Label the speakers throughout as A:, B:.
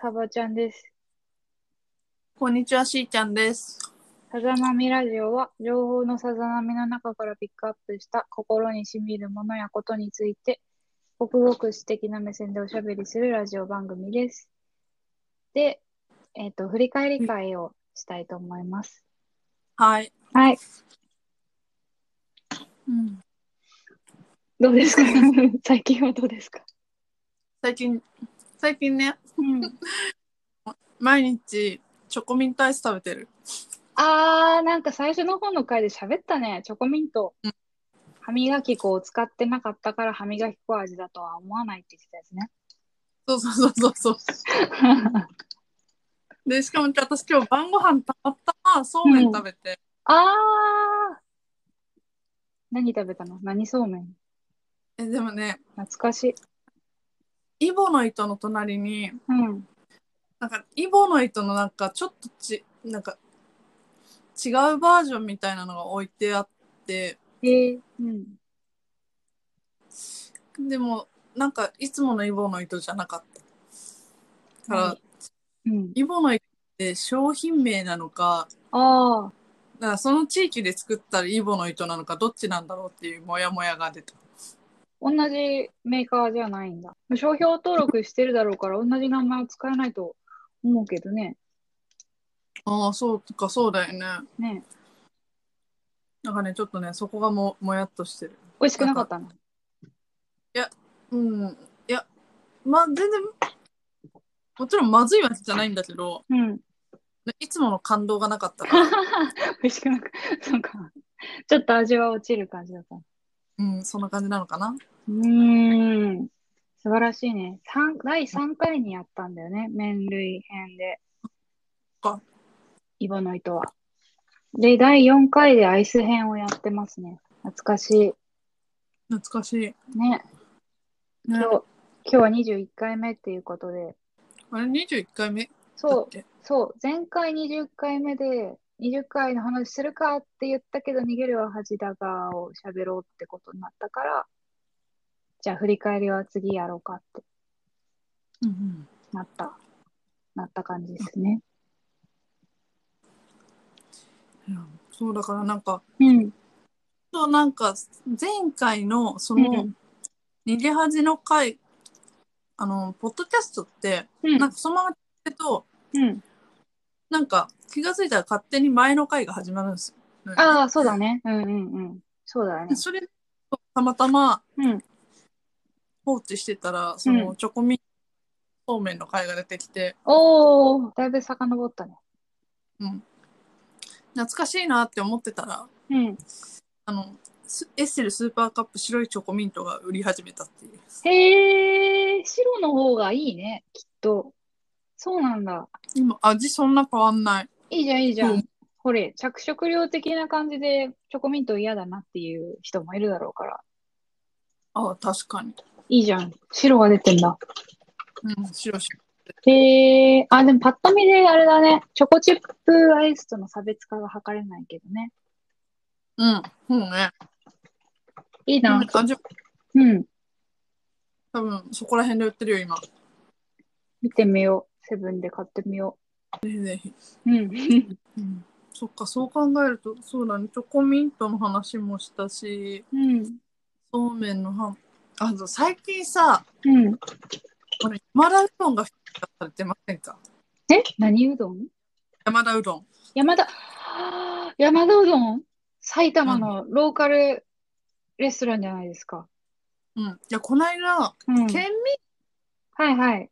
A: サバちゃんです。
B: こんにちは、しーちゃんです。
A: さざなみラジオは、情報のさざなみの中からピックアップした心にしみるものやことについて、ごくごく私的な目線でおしゃべりするラジオ番組です。で、えっ、と、振り返り会をしたいと思います。
B: はい。
A: はい。
B: うん、
A: どうですか最近はどうですか
B: 最近、最近ね、
A: うん。
B: 毎日チョコミントアイス食べてる。
A: あー、なんか最初の方の回で喋ったね。チョコミント
B: うん。
A: 歯磨き粉を使ってなかったから歯磨き粉味だとは思わないって言ってたやつね。
B: そうそうそうそう そう。で、しかも私今日晩ご飯たまたまそうめん食べて、
A: あー何食べたの何そうめん
B: えでもね、
A: 懐かしい。
B: イボの糸の隣に、
A: うん。
B: なんかイボの糸のなんかちょっとち、なんか違うバージョンみたいなのが置いてあって、
A: えー、うん。
B: でもなんかいつものイボの糸じゃなかった。だから、
A: はいうん。
B: イボの糸って商品名なのか、
A: ああ、
B: だからその地域で作ったイボの糸なのかどっちなんだろうっていうモヤモヤが出た。
A: 同じメーカーじゃないんだ。商標登録してるだろうから、同じ名前を使えないと思うけどね。
B: ああ、そうか、そうだよね。
A: ねえ
B: なんかね、ちょっとね、そこがももやっとしてる。
A: 美味しくなかったの
B: うん。いや、まあ、全然、もちろんまずいわけじゃないんだけど、
A: うん。
B: いつもの感動がなかったから。
A: 美味しくなかった。 そうか。ちょっと味は落ちる感じだった。う
B: うん、そんな感じなのかな。
A: ーん。素晴らしいね。三第3回にやったんだよね。麺類編で。
B: か
A: イボの糸は。で、第4回でアイス編をやってますね。懐かし
B: 懐かしい。ね、
A: い。ね。今日、今日は21回目っていうことで。
B: あれ、21回目だ
A: そ
B: っ
A: う、
B: け
A: そう。前回20回目で、20回の話するかって言ったけど、逃げるは恥だがを喋ろうってことになったから、じゃあ振り返りは次やろうかって
B: うんうん。
A: なった、なった感じですね。
B: うんそう、だからなんか、
A: うん。
B: そうなんか前回のそうの逃げ恥の回、あのポッドキャストって
A: うん
B: なんかそのまま聞くと
A: うん。
B: なんか気がついたら勝手に前の回が始まるんですよ。
A: ああ、そうだね。うんうんうん。そうだね
B: で。それたまたま
A: うん。
B: 放置してたらその
A: う
B: チョコミンそうめんの回が出てきて
A: おー、だいぶ遡ったね。
B: 懐かしいなって思ってたら
A: うん。
B: あのスエッセルスーパーカップ白いチョコミントが売り始めたっていう。
A: へえ、白の方がいいね、きっと。そうなんだ。
B: 今味そんな変わんない。
A: いいじゃん、いいじゃ。
B: うん
A: ほれ、着色料的な感じでチョコミント嫌だなっていう人もいるだろうから。
B: ああ確かに。
A: いいじゃん。白が出てんだ。
B: うん白白。
A: へえ、あ、でもパッと見であれだね。チョコチップアイスとの差別化が図れないけどね。
B: うん。そうね。
A: いい
B: な。
A: なん
B: か味
A: うん。
B: 多分そこら辺で売ってるよ今
A: 見てみよう。セブンで買ってみよ
B: ぜひぜひ、
A: う。うん。
B: うん、そっかそう考えるとそうだねチョコミントの話もしたし
A: うん。
B: そうめんのはあそう最近さ
A: うん。
B: これ山田うどんが復活されてませんか
A: え何うどん
B: 山田うどん
A: 山田、山田うどん埼玉のローカルレストランじゃないですか。
B: うんいやこの間
A: うん。
B: 県民
A: はいはい。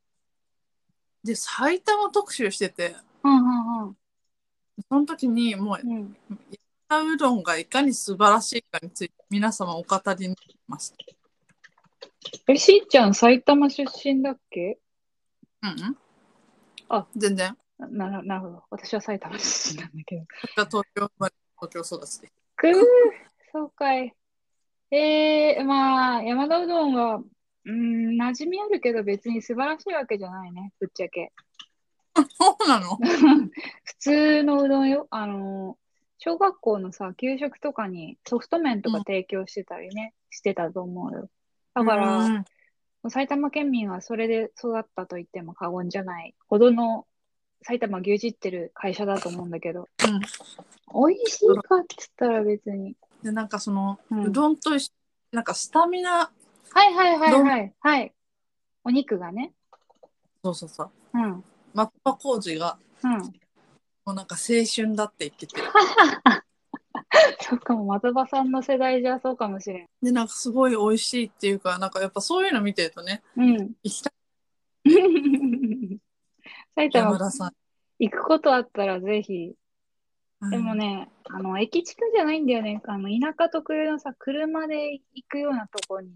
B: で埼玉特集してて
A: うんうんうん。
B: その時にもう
A: うん。
B: 山田うどんがいかに素晴らしいかについて皆様お語りになりました
A: え、しーちゃん、埼玉出身だっけ
B: うんうん
A: あ
B: 全然
A: な、ななるほど。私は埼玉出身 なんだけど。
B: 私は東京生まれ東京育ちで
A: くぅ、そうかい。えー、まあ、山田うどんは、うーん、馴染みあるけど別に素晴らしいわけじゃないね、ぶっちゃけ。
B: そうなの
A: 普通のうどんよ。あの、小学校のさ、給食とかにソフト麺とか提供してたりね、してたと思うよ。だから、
B: うん
A: 埼玉県民はそれで育ったと言っても過言じゃないほどの埼玉牛耳ってる会社だと思うんだけど、
B: うん
A: 美味しいかっつったら別に。
B: でなんかその、
A: う
B: うんどんと一緒なんかスタミナ
A: はいはいはい
B: どん
A: はい。はい。お肉がね。
B: そうそうそう
A: うん。うん。
B: 松葉浩二がもうなんか青春だって言 ってて
A: そっかも、松葉さんの世代じゃそうかもしれん。
B: でなんかすごい美味しいっていうかなんかやっぱそういうの見てるとね
A: うん。
B: 行きたい
A: 埼
B: 山
A: 玉
B: 田さん
A: 行くことあったらぜひ。
B: うん
A: でもね、あの、駅近じゃないんだよね。あの、田舎特有のさ、車で行くようなとこに、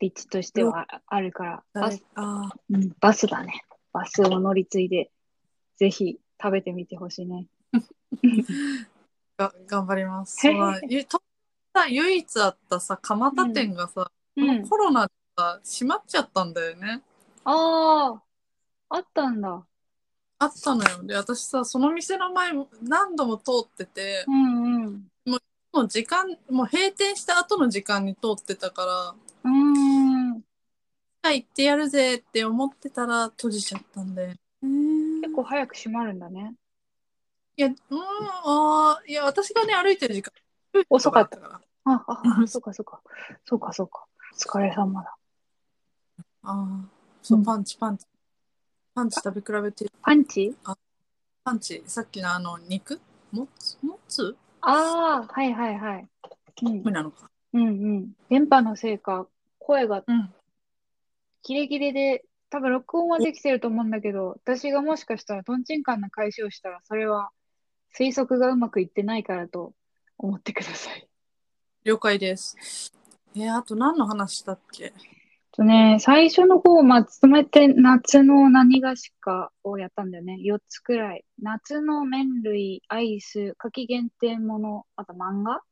A: 立地としてはああるから、バ
B: 誰
A: ス、
B: あ
A: うんバスだね。バスを乗り継いで、ぜひ食べてみてほしい ね。
B: ーが頑張りますそのゆとさ唯一あったさ蒲田店がさ、
A: うん。
B: コロナでさ閉まっちゃったんだよね
A: ああ、あったんだ。
B: あったのよで私さその店の前も何度も通ってて
A: うんうん。
B: もう時間もう閉店した後の時間に通ってたから
A: うーん。
B: はい行ってやるぜって思ってたら閉じちゃったんで
A: 結構早く閉まるんだね。
B: いやうんあーいや私がね歩いてる時間
A: 遅かった
B: から
A: あ、あ、あそうかそうか。そうかそうか。お疲れ様だ。
B: ああ、そう、
A: うん
B: パンチ、パンチ。パンチ食べ比べて、
A: パンチ
B: パンチ、さっきのあの、肉もつもつ
A: ああ、はいはいはい。うん
B: 無理なのか。
A: うんうん。電波のせいか、声が
B: うん。
A: キレキレで、多分録音はできてると思うんだけど、私がもしかしたらトンチンカンな返しをしたら、それは推測がうまくいってないからと思ってください。
B: 了解です。えーあと何の話したっけ
A: とね、最初の方、まとめて夏の何がしかをやったんだよね。4つくらい。夏の麺類、アイス、夏季限定もの、あと漫画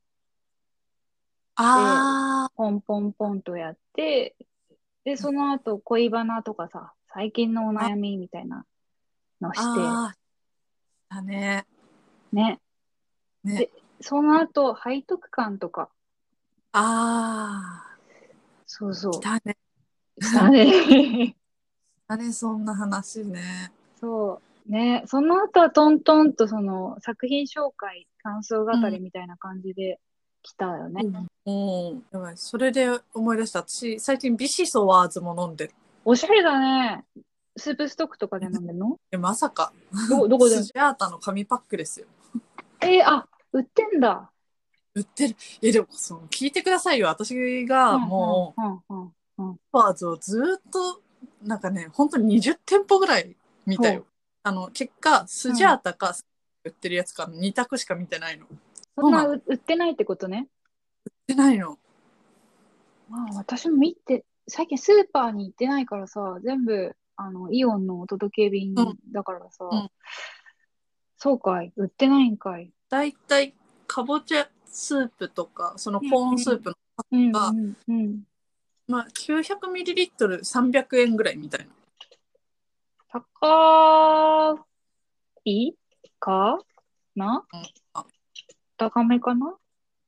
B: ああ、
A: ポンポンポンとやって、で、その後恋バナとかさ、最近のお悩みみたいなのし
B: ああ。だね。
A: て、ね。
B: ね
A: で。その後、背徳感とか、
B: あ
A: そうそ
B: あ。
A: う。
B: だね。
A: したね。
B: だね、そんな話ね。
A: そう。ね。その後はトントンとその作品紹介、感想語りみたいな感じで来たよね。
B: うん。やばい。それで思い出した。私、最近ビシソワーズも飲んでる。
A: おしゃれだね。スープストックとかで飲んでんの
B: えまさか、
A: ど、どこ で
B: スジャータの紙パックですよ。
A: えーあ、売ってんだ。
B: 売ってる。いや、でも、その、聞いてくださいよ。私が、もう、
A: うんうんうん
B: ファーズをずーっと、なんかね、本当に20店舗ぐらい見た
A: ほ
B: よ。あの、結果、スジャータか、売ってるやつか、2択しか見てないの。売っ
A: そんな
B: そう
A: う売ってないってことね。
B: てないの。
A: まあ、私も見て、最近スーパーに行ってないからさ、全部、あの、イオンのお届け便
B: うん
A: だからさ、
B: うん
A: そうかい、売ってないんかい。
B: だいたい、かぼちゃスープとか、そのコーンスープの、
A: うん、
B: あ
A: うん、うん。
B: まあ、900ml300 円ぐらいみたいな。
A: 高いかな
B: うんあ
A: 高めかな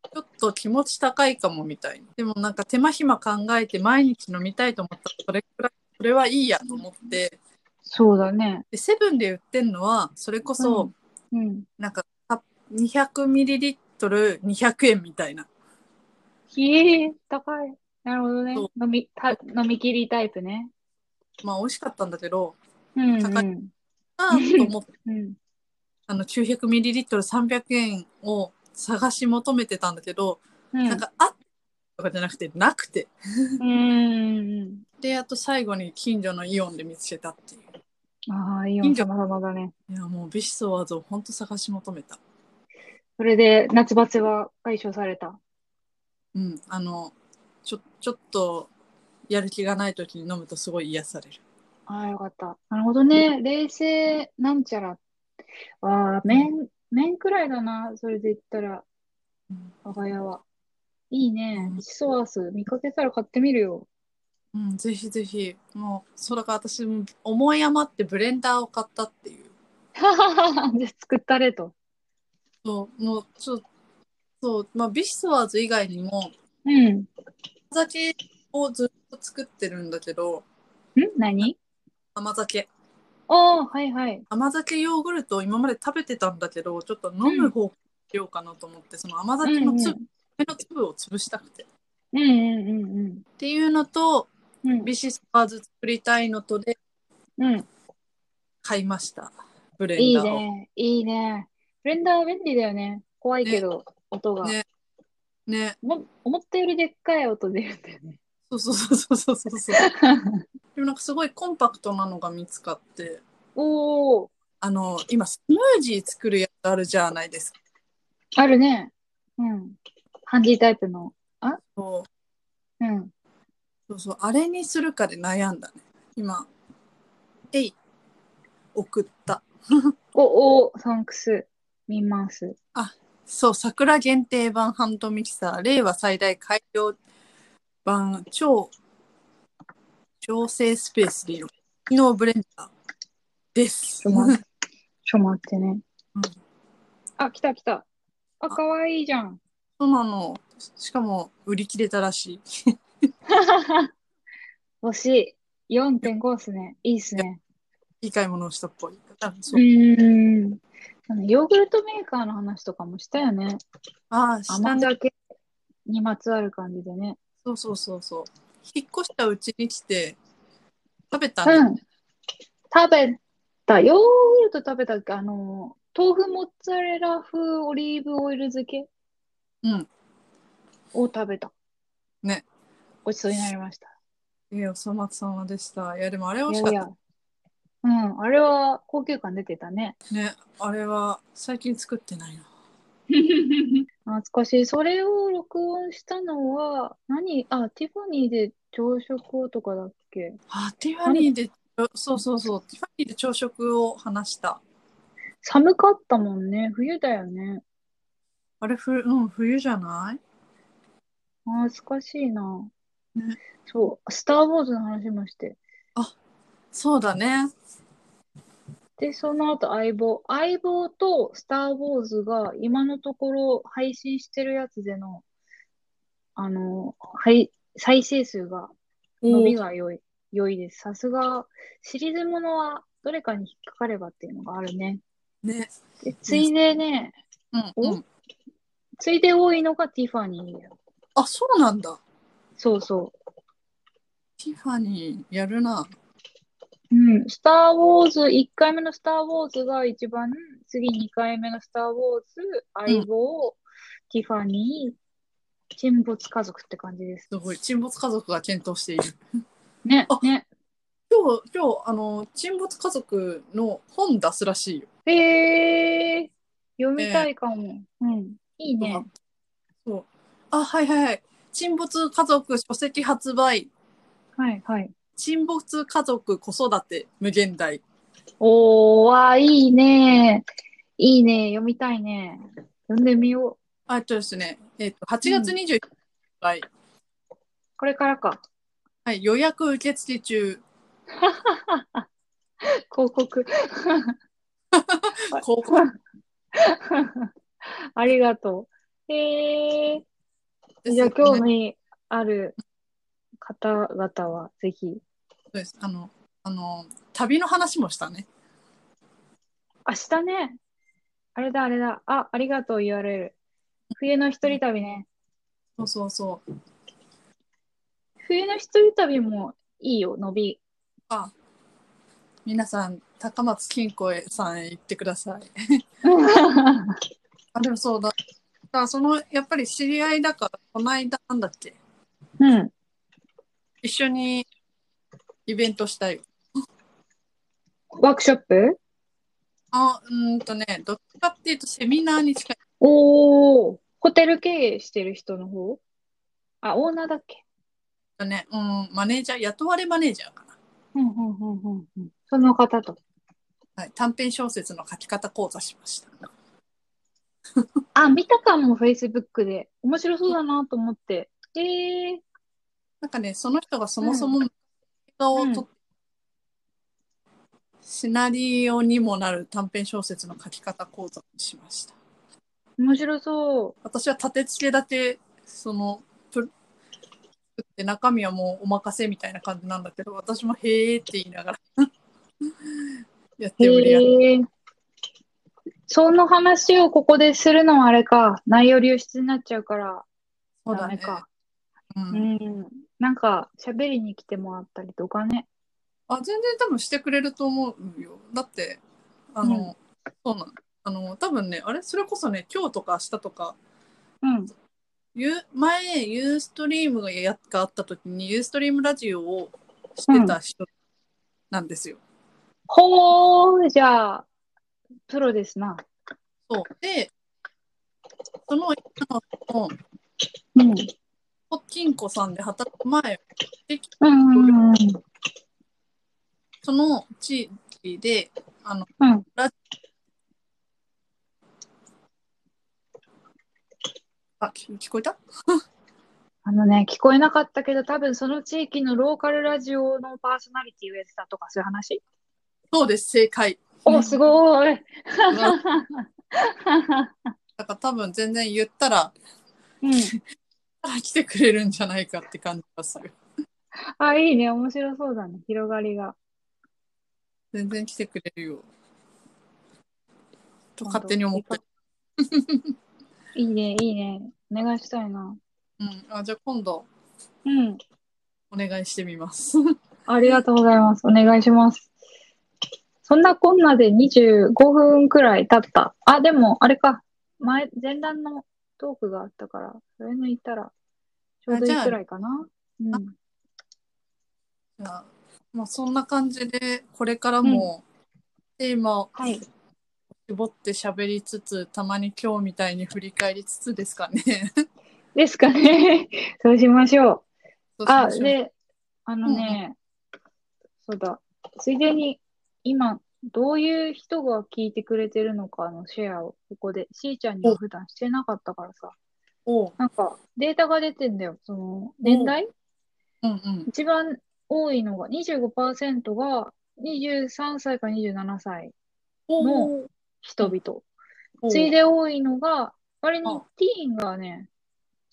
B: ちょっと気持ち高いかもみたいな。でもなんか手間暇考えて毎日飲みたいと思ったら、それくらい、それはいいやと思って、
A: そうだね。
B: でセブンで売ってるのはそれこそ、
A: うん。
B: なんかた 200ml200 円みたいな
A: ひえ、高い。なるほどね
B: そ。
A: 飲み、た、飲み切りタイプね。
B: まあ美味しかったんだけど
A: うん、
B: 高い
A: うん。
B: あーと思 って
A: うん。
B: あの 900ml300 円を探し求めてたんだけど、
A: うん。
B: なんかあっとかじゃなくてなくて
A: うん、うん、うん。
B: であと最後に近所のイオンで見つけたっていう
A: ああ、イオン
B: 近所
A: 様々だね。
B: いやもうビシソワーズをほんと探し求めた
A: それで夏バテは解消された。
B: うんあのちょちょっとやる気がない時に飲むとすごい癒される
A: ああ、よかった。なるほどね。冷静なんちゃら。ああ、麺、麺くらいだな。それで言ったら
B: うん、
A: 我が家は。いいね
B: う。ん
A: ビシソワース見かけたら買ってみる よ。
B: うん、ぜひぜひ。もう、それから私、思い余ってブレンダーを買ったっていう。
A: はははは。じゃあ作ったれと。
B: そう、もう、ちょっと、そう、まあ、ビシソワーズ以外にも、
A: うん。
B: 酒をずっ作ってるんだけど、
A: ん何
B: 甘酒。
A: ああ、はいはい。
B: 甘酒ヨーグルトを今まで食べてたんだけど、ちょっと飲む方法しようかなと思って、その甘
A: う
B: 酒
A: んう
B: の
A: ん
B: 粒、目の粒を潰したくて。っ
A: うんうんうん
B: ていうのと、
A: うん。うん
B: ビシスパーズ作りたいのとで
A: うん。
B: 買いました。ブレ
A: い
B: ン
A: い
B: ダーを。
A: ね。いいね。ブレンダーは便利だよね。怖いけど、音が、
B: ねね。
A: も。思ったよりでっかい音出るんだよね。
B: そうそうそうそうそ うそう。でもなんかすごいコンパクトなのが見つかって、
A: おお、
B: あの、今スムージー作るやつあるじゃないですか。
A: あるね。うん。ハンディタイプの。
B: そう
A: うん。
B: そうそう、あれにするかで悩んだね。今、えい、送った。
A: おお、サンクス。見ます。
B: そう、桜限定版ハンドミキサー、令和最大改良版超調整スペースでいいの機能ブレンダーです
A: ちょ。 待って。ちょ待ってね。
B: うん
A: あ、来た来た。あ、かわいいじゃ ん。
B: そうなの。しかも、売り切れたらしい。
A: 欲しい。4.5っすね。いいっすね。
B: いい買い物をしたっぽい。あそう
A: うーん。あのヨーグルトメーカーの話とかもしたよね。
B: あー、下
A: 甘
B: に。
A: 酒にまつわる感じでね。
B: そうそうそうそう。引っ越したうちに来て、食べたんだよ
A: うん。食べた。ヨーグルト食べたっけあの、豆腐モッツァレラ風オリーブオイル漬け
B: うん
A: を食べた。
B: ね。
A: ごちそうになりました。
B: いや、お粗末様でした。いや、でもあれ美
A: い
B: 味
A: や
B: しかっ
A: いや。うん、あれは高級感出てたね。
B: た。ね、あれは最近作ってないな。
A: 懐かしい。それを録音したのは、何あ、ティファニーで朝食をとかだっけ
B: あ、ティファニーで、そうそうそう、ティファニーで朝食を話した。
A: 寒かったもんね。冬だよね。
B: あれ、ふうん、冬じゃない
A: あー懐かしいな
B: ね。
A: そう、スター・ウォーズの話もして。
B: そうだね。
A: で、その後、相棒。相棒とスター・ウォーズが、今のところ配信してるやつでの、あの、はい、再生数が、伸びが良い、良いです。さすが、シリーズものは、どれかに引っかかればっていうのがあるね。
B: ね。
A: で、ついでね、
B: うん、
A: お
B: うん。
A: ついで多いのがティファニーだよ。
B: あ、そうなんだ。
A: そうそう。
B: ティファニーやるな。
A: うん、スター・ウォーズ、1回目のスター・ウォーズが一番、次2回目のスター・ウォーズ、相棒、ティファニー、沈没家族って感じです。
B: すごい。沈没家族が検討している。
A: ね
B: あ、
A: ね。
B: 今日、今日、あの、沈没家族の本出すらしいよ。
A: えー、読みたいかも。うん、いいね。
B: そう。あ、はいはいはい。沈没家族書籍発売。
A: はい、はい。
B: 沈没家族子育て無限大。
A: おー、わー、いいね。いいね、読みたいね。読んでみよう。
B: あえっとですね、えっと、8月
A: う
B: 21日、はい、
A: これからか。
B: はい、予約受付中、
A: 広告。
B: 広告
A: ありがとう。えー。
B: です、
A: じゃあ、興
B: ね
A: 味ある方々は、ぜひ。
B: そうですあの、あの、旅の話もしたね。
A: 明日ね、あれだ、あれだ。あ、ありがとう、URL。冬の一人旅ね。
B: そうそうそう。
A: 冬の一人旅もいいよ、伸 び。
B: あ、皆さん、高松金庫へさんへ行ってください。あ、でもそうだ。だその、やっぱり知り合いだから、この間、なんだっけ、
A: うん。
B: 一緒にイベントしたよ。
A: ワークショップ
B: あ、うーんとね、どっちかっていうと、セミナーに近い。
A: おー、ホテル経営してる人の方あ、オーナーだっけ
B: だね、うん、マネージャー、雇われマネージャーかな。
A: うん、うん、うん、うんうん。その方と。
B: はい、短編小説の書き方講座しました。
A: あ、見たかも、Facebook で。面白そうだなと思って。えー、
B: なんかね、その人がそもそも映画を撮って、シナリオにもなる短編小説の書き方講座をしました。
A: 面白そう。
B: 私は立て付けだけ、その、プ作作って中身はもうお任せみたいな感じなんだけど私も「へえ」って言いながら やって無理やり
A: へえ。その話をここでするのはあれか、内容流出になっちゃうから、
B: そうだ
A: ダメ
B: ね、
A: か。
B: う、
A: うんん。なんか、喋りに来てもらったりとかね。
B: あ全然多分してくれると思うよだってあの、そうなのあの多分ねあれそれこそね今日とか明日とか
A: うん。
B: ゆ前ユーストリームがやがあった時にユーストリームラジオをしてた人なんですよ。
A: ほー、じゃあ、プロですな。
B: そうでその今の
A: うん。
B: ホッキンコさんで働く前
A: うん。うん。
B: その地域であの
A: うん
B: あ聞聞こえた
A: あのね、聞こえなかったけど、多分その地域のローカルラジオのパーソナリティをやってたとか、そういう話
B: そうです正解。う
A: お、
B: ん
A: すごい。
B: だから多分全然言ったら
A: うん。
B: あ来てくれるんじゃないかって感じがする。
A: あ、いいね。面白そうだね。広がりが。
B: 全然来てくれるよ。と勝手に思ってる。
A: いいね、いいね。お願いしたいな。
B: うん、あじゃあ今度
A: うん。
B: お願いしてみます。
A: ありがとうございます。お願いします。そんなこんなで25分くらい経った。あ、でも、あれか。前、前段のトークがあったから、それ抜いたら、ちょうどいいくらいかな。うん。
B: じゃあまあ、そんな感じでこれからもテーマを
A: はい。
B: 絞って喋りつつ、たまに今日みたいに振り返りつつですかね。
A: ですかね。 そうしましょう。
B: そう し
A: あ、
B: ましょう
A: で、あのね、そうだ、ついでに、今、どういう人が聞いてくれてるのかのシェアを、ここで、しーちゃんには普段してなかったからさ、
B: おう
A: なんか、データが出てんだよ。その、年代
B: うんうん。
A: 一番多いのが、25%が23歳から27歳
B: おう
A: 人々。
B: おう
A: ついで多いのが、割
B: うん
A: のティーンがね、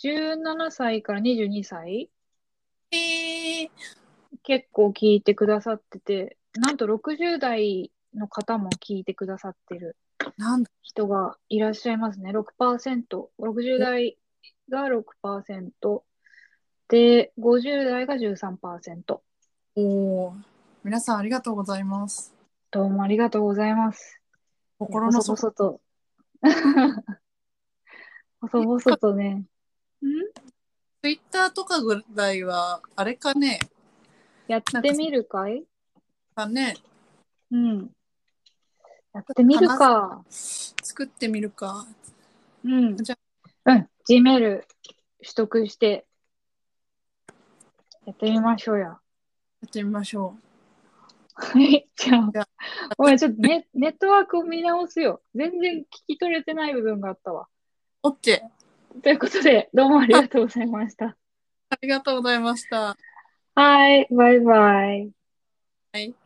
A: 17歳から22歳
B: えー
A: 結構聞いてくださってて、なんと60代の方も聞いてくださってる
B: なんだ
A: 人がいらっしゃいますね。6%。60代が6%。で、50代が13%。
B: おう皆さんありがとうございます。
A: どうもありがとうございます。
B: 心の
A: 細
B: 底
A: 々と。細々とね。ん
B: ツイッターとかぐらいはあれかね
A: やってみるかい
B: かね
A: うん。やってみるか。
B: 作ってみるか。
A: うん。
B: じゃ
A: うん。Gmail 取得して、やってみましょうや。
B: やってみましょ
A: はい。 じゃあ
B: じゃ、
A: お前ちょっとネネットワークを見直すよ。全然聞き取れてない部分があったわ。
B: う。オッケー
A: ということで、どうもありがとうございました。
B: ありがとうございました。
A: はい。バイバイ。
B: はい。